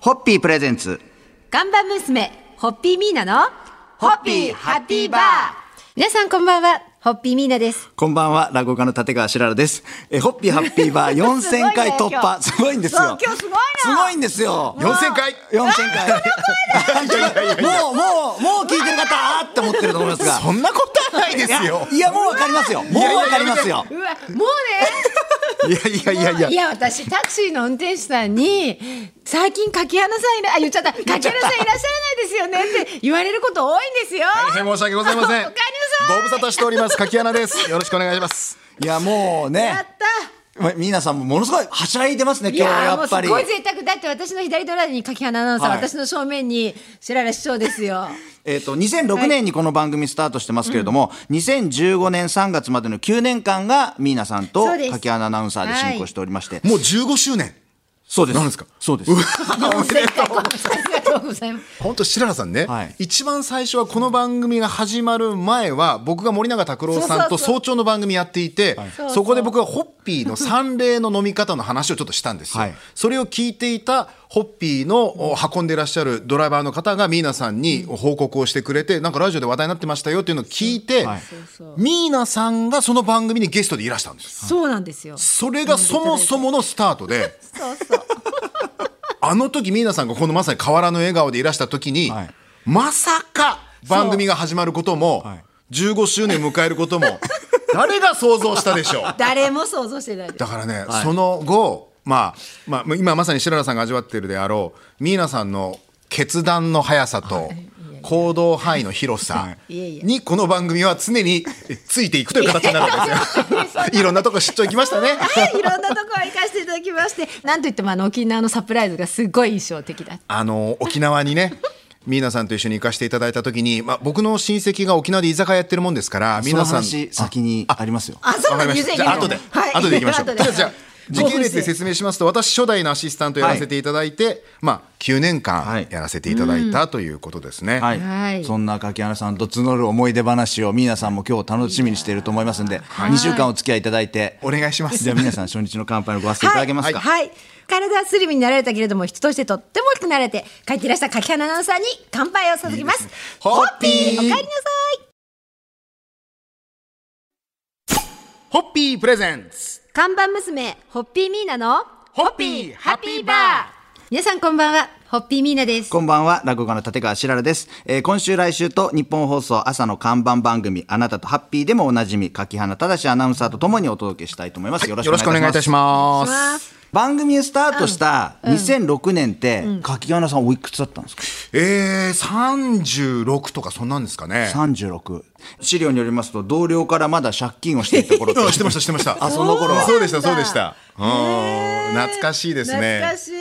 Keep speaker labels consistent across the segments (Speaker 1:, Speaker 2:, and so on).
Speaker 1: ホッピープレゼンツ。
Speaker 2: ガンバ娘、ホッピーミーナの、
Speaker 1: ホッピーハッピーバー
Speaker 2: 皆さんこんばんは、ホッピーミーナです。
Speaker 1: こんばんは、落語家の立川しららです。え、ホッピーハッピー バー4000回突破。すごいんです
Speaker 2: そ
Speaker 1: よ
Speaker 2: う。今日すごい
Speaker 1: す
Speaker 2: の
Speaker 1: ごいんですよ。
Speaker 3: 4000回
Speaker 1: 4000回。もう、もう、もう聞いてる方、あーって思ってると思いますが。
Speaker 3: そんなことはないですよ
Speaker 1: いや、もうわかりますよ。もうわかりますよ。
Speaker 2: うわ、もう
Speaker 3: いやいやいやい
Speaker 2: ね、いや、私、タクシーの運転手さんに、最近、柿原さんいら、あ、言っちゃった、柿原さんいらっしゃらないですよねって言われること多いんですよ。
Speaker 3: 大変申し訳ございません
Speaker 2: おかえりなさい
Speaker 3: ご無沙汰しております柿穴ですよろしくお願いします
Speaker 1: いや、もう
Speaker 2: やっ
Speaker 1: ね。
Speaker 2: た。
Speaker 1: ま皆さんもものすごいはしゃいでますね、
Speaker 2: い
Speaker 1: 今日は
Speaker 2: やー
Speaker 1: や
Speaker 2: もう
Speaker 1: っ
Speaker 2: す
Speaker 1: ぱり。
Speaker 2: ごい贅沢だって私の左手裏に柿花アナウンサー、
Speaker 1: はい
Speaker 2: 私の正面に白良市長ですよ。
Speaker 1: えー、と2006年にこの番組スタートしてますけれども、2015年3月までの9年間がミーナさんと
Speaker 2: そうです
Speaker 1: 柿穴アナウンサーで進行しておりまして、
Speaker 3: もう15周年
Speaker 1: そうです
Speaker 3: なんですか
Speaker 1: そうです
Speaker 2: 4000回このありがとうございます。
Speaker 3: 本当白良さんね、
Speaker 1: はい
Speaker 3: 一番最初はこの番組が始まる前は僕が森永卓郎さん
Speaker 2: そ
Speaker 3: と
Speaker 2: うそうそう
Speaker 3: 早朝の番組やっていて
Speaker 2: そうそう
Speaker 3: そこで僕はホッピーの三例の飲み方の話をちょっとしたんですよ、
Speaker 1: はい
Speaker 3: それを聞いていたホッピーのお運んでいらっしゃるドライバーの方がミーナさんに報告をしてくれてなんかラジオで話題になってましたよっていうのを聞いて、
Speaker 1: はい
Speaker 3: ミーナさんがその番組にゲストでいらしたんです
Speaker 2: そうなんですよ。
Speaker 3: それがそもそものスタート で。
Speaker 2: そうそう。
Speaker 3: あの時ミーナさんがこのまさに変わらぬ笑顔でいらした時に、
Speaker 1: はい
Speaker 3: まさか番組が始まることも、
Speaker 1: はい
Speaker 3: 15周年迎えることも 誰が想像したでしょう
Speaker 2: 誰も想像してないです。
Speaker 3: だからね、その後、まあまあ、今まさに白良さんが味わっているであろうミーナさんの決断の速さと行動範囲の広さ
Speaker 2: いやいや
Speaker 3: にこの番組は常にえついていくという形になるわけですよ。 いろんなとこ出張行きました ね。
Speaker 2: はい、いろんなとこ行かせていただきまして、なんといってもあの沖縄のサプライズがすごい印象的だ。
Speaker 3: あの沖縄に ねミーナさんと一緒に行かせていただいた時に、まあ、僕の親戚が沖縄で居酒屋やってるもんですから
Speaker 1: その
Speaker 3: 皆さん
Speaker 1: 話先にありますよ
Speaker 2: あ、そう
Speaker 3: わか
Speaker 2: なん
Speaker 3: りま
Speaker 2: で
Speaker 3: し
Speaker 2: す。優先
Speaker 3: たじゃあ後で、
Speaker 2: はい
Speaker 3: 後で行きましょう、
Speaker 2: 後
Speaker 3: とりあえずじゃあ時系列で説明しますと私初代のアシスタントやらせていただいて、まあ、9年
Speaker 1: はい
Speaker 3: 間やらせていただいたということですね、
Speaker 1: はい、
Speaker 2: はい
Speaker 1: そんな柿原さんと募る思い出話をミーナさんも今日楽しみにしていると思いますんで、2週間お付き合いいただいて
Speaker 3: お願いします
Speaker 1: じゃあ皆さん初日の乾杯のご発声いただけますか、
Speaker 2: はい、はい体はスリムになられたけれども人としてとっても大きくなれて帰っていらした柿花アナウンサーに乾杯を捧げます
Speaker 3: ホッピー
Speaker 2: おかえりなさい
Speaker 3: ホッピープレゼンツ
Speaker 2: 看板娘ホッピーミーナの
Speaker 3: ホッピーハッピーバー
Speaker 2: 皆さんこんばんはホッピーミーナです
Speaker 1: こんばんは、落語家の立川しららです。えー今週来週と日本放送朝の看板番組、あなたとハッピーでもおなじみ、柿花正アナウンサーとともにお届けしたいと思います。よろ
Speaker 3: よろし
Speaker 1: しく
Speaker 3: く
Speaker 1: お
Speaker 3: お
Speaker 1: 願
Speaker 3: 願
Speaker 1: いい
Speaker 3: いい
Speaker 1: た
Speaker 3: た
Speaker 1: し
Speaker 3: し
Speaker 1: ます。
Speaker 3: ます
Speaker 1: 番組スタートした2006年って、柿花さんおいくつだったんですか
Speaker 3: えー、36とかそんなんですかね
Speaker 1: ?36。資料によりますと、同僚からまだ借金をしていた 頃と
Speaker 3: あしてましたしてました
Speaker 1: あその頃は
Speaker 3: そうでしたそうでしたうん懐かしいですね
Speaker 2: 懐かしい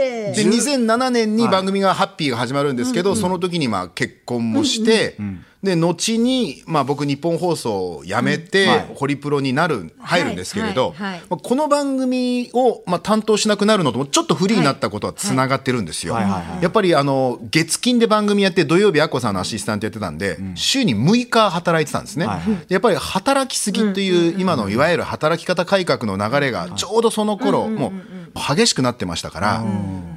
Speaker 3: で2007年に番組が「ハッピー」が始まるんですけど、その時にまあ結婚もして、で後にまあ僕日本放送を辞めて、
Speaker 1: うんはい
Speaker 3: ホリプロになる入るんですけれど、
Speaker 2: はいはいはい
Speaker 3: まあこの番組をまあ担当しなくなるのともちょっとフリーになったことはつながってるんですよ。
Speaker 1: はいはいはい
Speaker 3: やっぱりあの月金で番組やって土曜日あっこさんのアシスタントやってたんで、週に6日働いてたんですね、
Speaker 1: はい
Speaker 3: でやっぱり働きすぎという今のいわゆる働き方改革の流れがちょうどその頃もう激しくなってましたから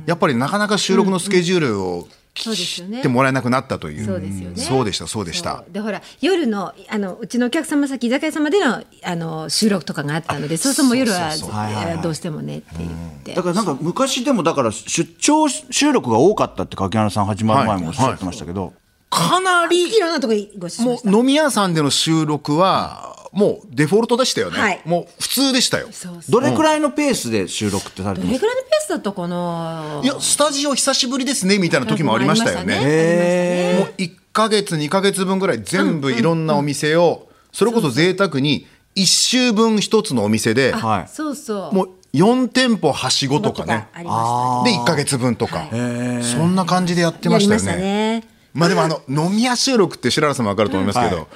Speaker 3: やっぱりなかなか収録のスケジュールを
Speaker 2: そうですよね
Speaker 3: 切ってもらえなくなったという
Speaker 2: そうですよね
Speaker 3: そうでしたそうでし
Speaker 2: そ
Speaker 3: た
Speaker 2: うでほら夜のあのうちのお客様先居酒屋様でのあの収録とかがあったのでそうそうもう夜は
Speaker 3: そうそう
Speaker 1: そうはいはいはい
Speaker 2: どうしてもねって言って
Speaker 1: だからなんか昔でもだから出張収録が多かったって柿花さん始まる前もおっしゃってましたけど、
Speaker 3: かないり
Speaker 2: ろんなとこにご一緒しま
Speaker 3: も
Speaker 2: した
Speaker 3: う飲み屋さんでの収録はもうデフォルトでしたよね、
Speaker 2: はい
Speaker 3: もう普通でしたよ
Speaker 2: そうそう
Speaker 1: どれくらいのペースで収録ってされて
Speaker 2: ど
Speaker 1: ます
Speaker 2: れくらいのペースだったかない
Speaker 3: やスタジオ久しぶりですねみたいな時もありましたよね
Speaker 2: ありましたね
Speaker 3: もう1ヶ月2ヶ月分ぐらい全部いろんなお店をそれこそ贅沢に1周分1つのお店で
Speaker 1: はい
Speaker 2: あそうそう。
Speaker 3: もう4店舗はしごとかね
Speaker 2: ありま
Speaker 3: で1ヶ月分とか
Speaker 2: は
Speaker 3: そんな感じでやっ
Speaker 2: した
Speaker 3: て
Speaker 2: ね。や
Speaker 3: ま
Speaker 2: り
Speaker 3: した
Speaker 2: ま
Speaker 3: よ
Speaker 2: した
Speaker 3: ね。
Speaker 2: ね。
Speaker 3: まあでもあの飲み屋収録って白原さんも分かると思いますけ
Speaker 1: うんは
Speaker 3: ど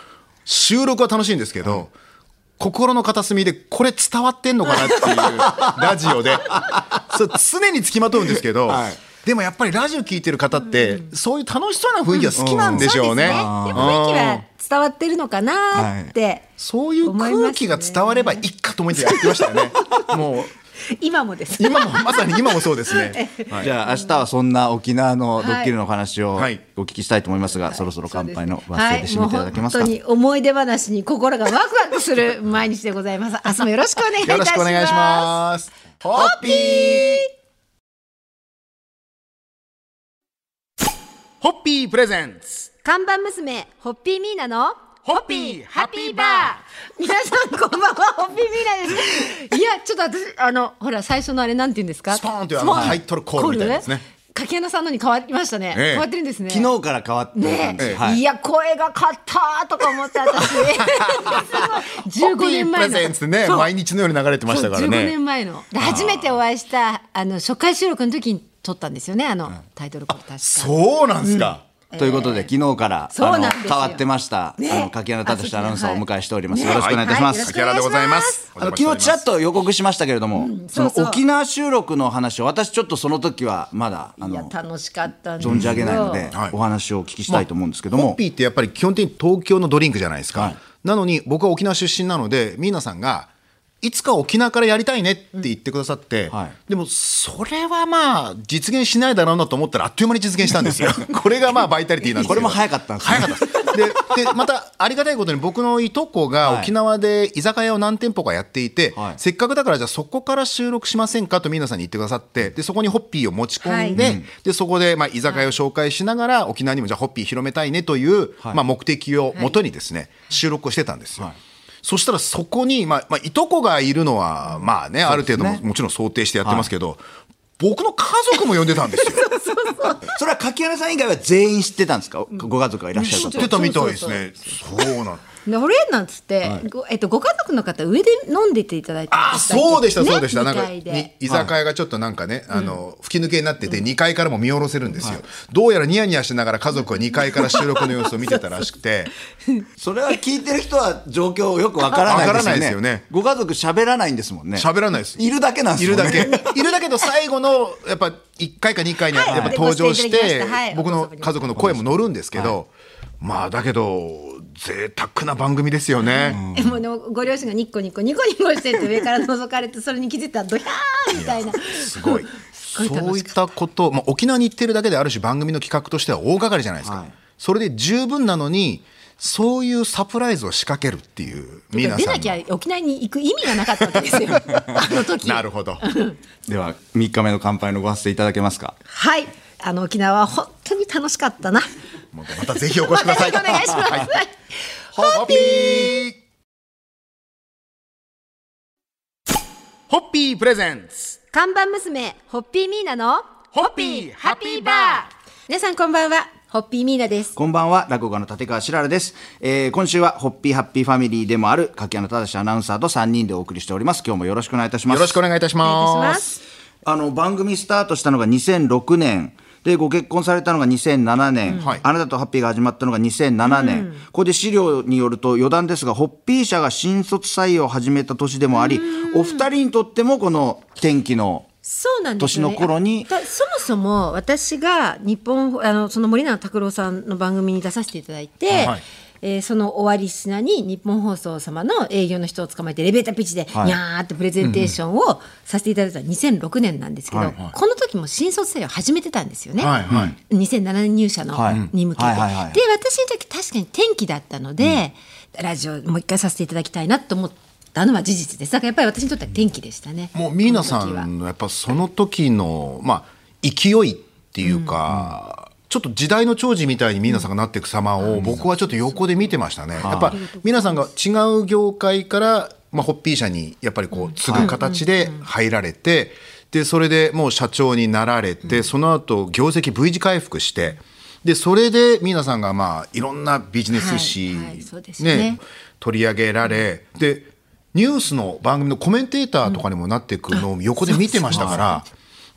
Speaker 3: 収録は楽しいんですけど心の片隅でこれ伝わってんのかなっていうラジオ でそう常につきまとうんですけど
Speaker 1: はい
Speaker 3: でもやっぱりラジオ聞いてる方ってそういう楽しそうな雰囲気が好きなんでしょうね。
Speaker 2: そうですねでも雰囲気は伝わってるのかなって。
Speaker 3: そういう空気が伝わればいいかと思ってやってましたよね。もう
Speaker 2: 今もです。
Speaker 3: 今もまさに今もそう ですね。はい
Speaker 1: じゃあ明日はそんな沖縄のドッキリのお話をお
Speaker 3: はい
Speaker 1: 聞きしたいと思いますが、そろそろ乾杯の忘れで締めていただけますか、
Speaker 2: はい、もう本当に思い出話に心がワクワクする毎日でございます。明日もよろしくお願いいた
Speaker 3: よ
Speaker 2: し
Speaker 3: ろ
Speaker 2: ま
Speaker 3: しく
Speaker 2: す。
Speaker 3: お願いします。ホッピーホッピープレゼンツ
Speaker 4: 看板娘ホッピーミーナの
Speaker 3: ホッピーハッピーバー
Speaker 2: 皆さんこんばんは、ホッピーミラです。 いや、ちょっと私、あの、ほら、最初のあれなんて言うんですか。
Speaker 3: スポーンというあの
Speaker 2: スポン
Speaker 3: タイトルコールみたいなやつね。
Speaker 2: 柿花さんのに変わりましたね。
Speaker 3: ええ
Speaker 2: 変わってるんですね。
Speaker 1: 昨日から変わってたん
Speaker 2: ね、
Speaker 1: です、
Speaker 3: ええ
Speaker 1: はいい、
Speaker 2: や声がかったとか思って 私 すごい15年前
Speaker 3: ホッピープ
Speaker 2: の
Speaker 3: レゼンツってね
Speaker 2: そう
Speaker 3: 毎日のように流れてましたから
Speaker 2: そう15
Speaker 3: ね
Speaker 2: 年前ので初めてお会いしたあの初回収録の時に撮ったんですよねあのタイトルコール確か
Speaker 3: そうなんですか、
Speaker 1: ということで昨日から、
Speaker 2: そう
Speaker 1: あ
Speaker 2: なん
Speaker 1: の
Speaker 2: ですよ
Speaker 1: 変わってました、
Speaker 2: ね
Speaker 1: あの柿原忠志アナウンサーをお迎えしております、
Speaker 2: ね
Speaker 1: よろしくお願いいたします、
Speaker 2: はい
Speaker 3: キャラでございます
Speaker 1: あの昨日ちらっと予告しましたけれども、その
Speaker 2: そうそう
Speaker 1: 沖縄収録の話を私ちょっとその時はまだあ
Speaker 2: いや
Speaker 1: の
Speaker 2: 楽しかったんですよ
Speaker 1: 存じ上げないので、
Speaker 3: はい
Speaker 1: お話をお聞きしたいと思うんですけど
Speaker 3: ホッ
Speaker 1: も、
Speaker 3: ピーってやっぱり基本的に東京のドリンクじゃないですか、
Speaker 1: はい
Speaker 3: なのに僕は沖縄出身なのでミーナさんがいつか沖縄からやりたいねって言ってくださって、
Speaker 1: んはい
Speaker 3: でもそれはまあ実現しないだろうなと思ったらあっという間に実現した んですよこれがまあバイタリティなんです
Speaker 1: これ
Speaker 3: けど
Speaker 1: も早かったんですね
Speaker 3: 早かったですででまたありがたいことに僕のいとこが
Speaker 1: はい
Speaker 3: 沖縄で居酒屋を何店舗かやっていて、
Speaker 1: はい
Speaker 3: せっかくだからじゃあそこから収録しませんかとミーナさんに言ってくださってでそこにホッピーを持ち込んで、
Speaker 2: は
Speaker 3: でそこでまあ居酒屋を紹介しながら沖縄にもじゃあホッピー広めたいねという、まあ、目的をもとにですね、収録をしてたんですよ。
Speaker 1: はい
Speaker 3: そしたらそこに、まあまあ、いとこがいるのはまあねある程度ももちろん想定してやってますけど、僕の家族も呼んでたんですよ。
Speaker 1: それは柿原さん以外は全員知ってたんですか、ご家族がいらっしゃる
Speaker 3: 知
Speaker 1: こと
Speaker 3: ってたみたいですね。そうなん
Speaker 2: で俺なんつって、ごえっと、ご家族の方上で飲んでていただいてま
Speaker 3: あ
Speaker 2: したっけ
Speaker 3: そうでした、そうでした。
Speaker 2: ね、
Speaker 3: な
Speaker 2: なんん
Speaker 3: か、
Speaker 2: か
Speaker 3: に居酒屋がちょっとなんかね、あの、吹き抜けになってて、2階からも見下ろせるんですよ。どうやらニヤニヤしながら家族は2階から収録の様子を見てたらしくて、
Speaker 1: それは聞いてる人は状況よくわからないですよね
Speaker 3: わからないですよね
Speaker 1: ご家族喋らないんですもんね
Speaker 3: 喋らないです。
Speaker 1: いるだけなんで
Speaker 3: い
Speaker 1: すも
Speaker 3: る
Speaker 1: んね
Speaker 3: だけ。いるだけど最後の、やっぱ1回か2回にやっぱ登場し
Speaker 2: はいご指摘いただ
Speaker 3: て
Speaker 2: きましたはい、
Speaker 3: 僕の家族の声も乗るんですけど、まあだけど、贅沢な番組ですよね。
Speaker 2: えもうねご両親がニッコニコニコニコしてて上から覗かれてそれに気づいたらドヒャーみたいな
Speaker 3: すごい。
Speaker 2: ごい楽しかった
Speaker 3: そういったこと、まあ、沖縄に行ってるだけである種番組の企画としては大掛かりじゃないですか、
Speaker 1: はい
Speaker 3: それで十分なのにそういうサプライズを仕掛けるっていうミーナ
Speaker 2: 出
Speaker 3: さ
Speaker 2: なんきゃ
Speaker 3: の
Speaker 2: 沖縄に行く意味がなかったわけですよあの時
Speaker 3: なるほど
Speaker 1: では3日目の乾杯のご発声いただけますか
Speaker 2: はいあの沖縄は本当に楽しかったな
Speaker 3: またぜひお越しください
Speaker 2: お願いします、
Speaker 3: ホッピーホッピープレゼンツ
Speaker 4: 看板娘ホッピーミーナの
Speaker 3: ホッピーハッピーバー
Speaker 4: 皆さんこんばんはホッピーミーナです
Speaker 1: こんばんは落語家の立川しららです、えー今週はホッピーハッピーファミリーでもある柿原忠アナウンサーと3人でお送りしております今日もよろしくお願いいたしま
Speaker 3: よ
Speaker 1: す
Speaker 3: ろしくお願いいたします
Speaker 1: あの番組スタートしたのが2006年でご結婚されたのが2007年、
Speaker 3: はい
Speaker 1: あなたとハッピーが始まったのが2007年、ここで資料によると余談ですがホッピー社が新卒採用を始めた年でもあり、お二人にとってもこの天気の
Speaker 2: そうなんですよね
Speaker 1: 年の頃に
Speaker 2: だそもそも私が日本あのその森永卓郎さんの番組に出させていただいて、
Speaker 3: はい
Speaker 2: えーその終わりしなに日本放送様の営業の人を捕まえてエレベーターピッチで
Speaker 1: はい
Speaker 2: にゃーってプレゼンテーションをさせていただいたのは2006年なんですけど、
Speaker 1: はいはい
Speaker 2: この時も新卒採用始めてたんですよね、
Speaker 3: はいはい
Speaker 2: 2007年入社の
Speaker 1: はい
Speaker 2: に向けて、
Speaker 1: はいはいはい
Speaker 2: で私の時確かに天気だったので、ラジオもう一回させていただきたいなと思ったのは事実ですだからやっぱり私にとっては天気でしたね、
Speaker 3: もうミーナさ
Speaker 2: この時は
Speaker 3: んのやっぱその時のまあ勢いっていうか、ちょっと時代の寵児みたいにミーナさんがなっていく様を僕はちょっと横で見てましたね。やっぱミーナさんが違う業界からまあホッピー社にやっぱりこう継ぐ形で入られて、でそれでもう社長になられて、その後業績 V 字回復して。でそれでミーナさんがまあいろんなビジネス誌、
Speaker 2: はいはいそうですね
Speaker 3: 取り上げられでニュースの番組のコメンテーターとかにもなっていくのを横で見てましたから、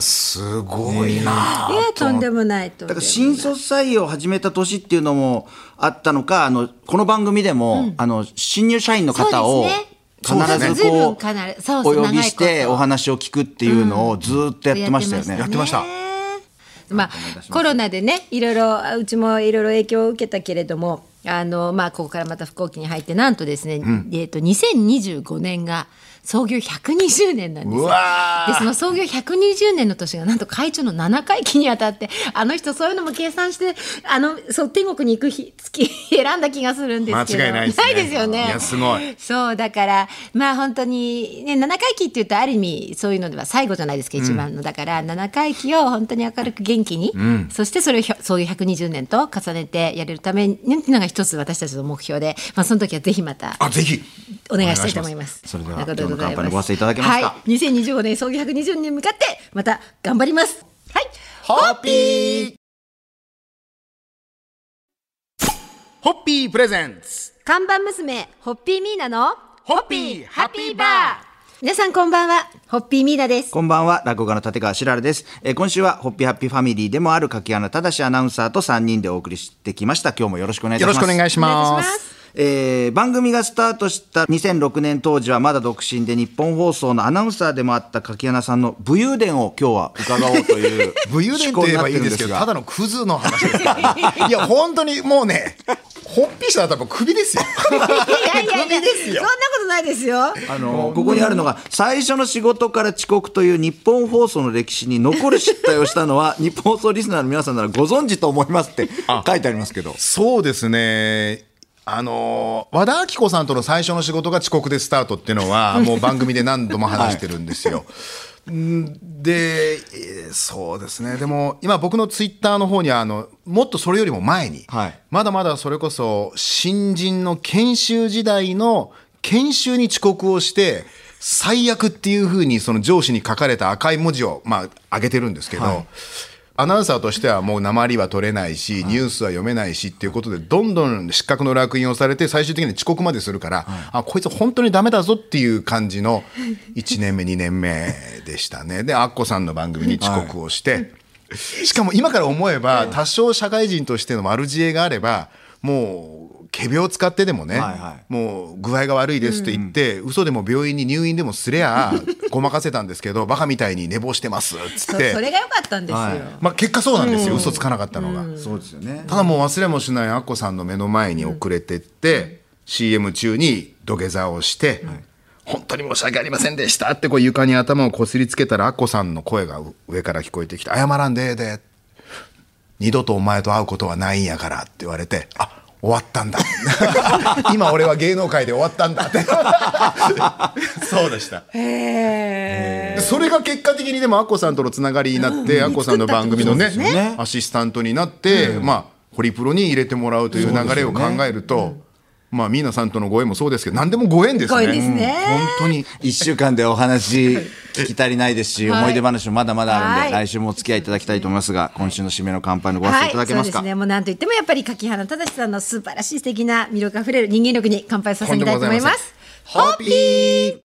Speaker 3: すごいなあ
Speaker 2: いやとんでもないとん
Speaker 1: だから
Speaker 2: でもない
Speaker 1: 新卒採用を始めた年っていうのもあったのかあのこの番組でも、あの新入社員の方を必
Speaker 2: そうですね
Speaker 1: ずこ
Speaker 2: そうですね随分必ず
Speaker 1: う
Speaker 2: そう
Speaker 1: お
Speaker 2: そう
Speaker 1: 呼びして
Speaker 2: 長いこと
Speaker 1: お話を聞くっていうのをずーっとやってましたよね。
Speaker 2: や
Speaker 3: やってました、
Speaker 2: まあ、コロナでねいろいろあうちもいろいろ影響を受けたけれどもあの、まあ、ここからまた復興期に入ってなんとですね、えー、と2025年が創業120年なんです
Speaker 3: う
Speaker 2: よ
Speaker 3: わ
Speaker 2: でそ
Speaker 3: ー
Speaker 2: の創業120年の年がなんと会長の7回忌にあたってあの人そういうのも計算してあのそう天国に行く日月選んだ気がするんですけど
Speaker 3: 間違いないですね
Speaker 2: よね
Speaker 3: いやすごい
Speaker 2: そうだからまあ本当にね7回忌っていうとある意味そういうのでは最後じゃないですか一番の、だから7回忌を本当に明るく元気に、そしてそれをひょそういう120年と重ねてやれるためにっていうのが一つ私たちの目標で、まあ、その時はぜひまた
Speaker 3: あぜひ
Speaker 2: お願いしたいと思います。
Speaker 1: お願いしますそれでは
Speaker 2: ということござい
Speaker 1: 今日の乾杯のご発声いただけますか
Speaker 2: はい、2025年創業120に向かってまた頑張ります。はい。
Speaker 3: ホッピーホッピープレゼンツ
Speaker 4: 看板娘、ホッピーミーナの、
Speaker 3: ホッピーハッピーバー
Speaker 4: 皆さんこんばんは、ホッピーミーナです。
Speaker 1: こんばんは、落語家の立川しららです。えー今週は、ホッピーハッピーファミリーでもある柿穴正アナウンサーと3人でお送りしてきました。今日もよろしくお願いいた
Speaker 3: よ
Speaker 1: しま
Speaker 3: ろ
Speaker 1: す。
Speaker 3: しくお願いしま
Speaker 4: お願いしますす
Speaker 1: えー番組がスタートした2006年当時はまだ独身で日本放送のアナウンサーでもあった柿穴さんの武勇伝を今日は伺おうという
Speaker 3: 武勇伝と言えばいいですけど、ただのクズの話ですから。 いや、本当にもうね、ホッピーしたら多分クビですよ。
Speaker 2: いやいやいや、そんなことないですよ。
Speaker 1: あのここにあるのが最初の仕事から遅刻という日本放送の歴史に残る失態をしたのは日本放送リスナーの皆さんならご存知と思いますって書いてありますけど
Speaker 3: そうですね。あのー和田アキ子さんとの最初の仕事が遅刻でスタートっていうのは もう番組で何度も話してるんですよ。んで、えーそうですね。でも今僕のツイッターの方にはあのもっとそれよりも前に、
Speaker 1: はい
Speaker 3: まだまだそれこそ新人の研修時代の研修に遅刻をして最悪っていうふうにその上司に書かれた赤い文字をまあ上げてるんですけど。アナウンサーとしてはもう鉛は取れないし、ニュースは読めないしっていうことで、どんどん失格の烙印をされて、最終的に遅刻までするから、あ、こいつ本当にダメだぞっていう感じの1年目、2年目でしたね。で、アッコさんの番組に遅刻をして、しかも今から思えば、多少社会人としての丸知恵があれば、もう、仮病使ってでもね、
Speaker 1: はいはい
Speaker 3: もう具合が悪いですって言って、嘘でも病院に入院でもすりゃあごまかせたんですけどバカみたいに寝坊してますっつ
Speaker 2: そ
Speaker 3: って
Speaker 2: それが良かったんですよ。
Speaker 1: は
Speaker 3: まあ、結果そうなんですよ、嘘つかなかったのが、
Speaker 1: そうですよね
Speaker 3: ただもう忘れもしないアッコさんの目の前に遅れてって、CM 中に土下座をして、本当に申し訳ありませんでしたってこう床に頭をこすりつけたらアッコさんの声が上から聞こえてきて「謝らんでええで」二度とお前と会うことはないんやからって言われて、あ終わった んだ。今俺は芸能界で終わったんだって。そうでした。それが結果的にでもアッコさんとのつながりになって、アッコさんの番組のね、アシスタントになって、まあ、ホリプロに入れてもらうという流れを考えると、まあ、ミーナさんとのご縁もそうですけど、何でもご縁ですね。
Speaker 2: ご縁ですね
Speaker 3: うん本当に。
Speaker 1: 1週間でお話聞き足りないですし、
Speaker 2: はい
Speaker 1: 思い出話もまだまだあるんで、
Speaker 2: はい
Speaker 1: 来週もお付き合いいただきたいと思いますが今週の締めの乾杯のご発声いただけ
Speaker 2: そう
Speaker 1: ます
Speaker 2: で
Speaker 1: か、
Speaker 2: すね。もうなんといってもやっぱり柿原忠さんの素晴らしい素敵な魅力あふれる人間力に乾杯させてみたいと思います。
Speaker 3: ホッピー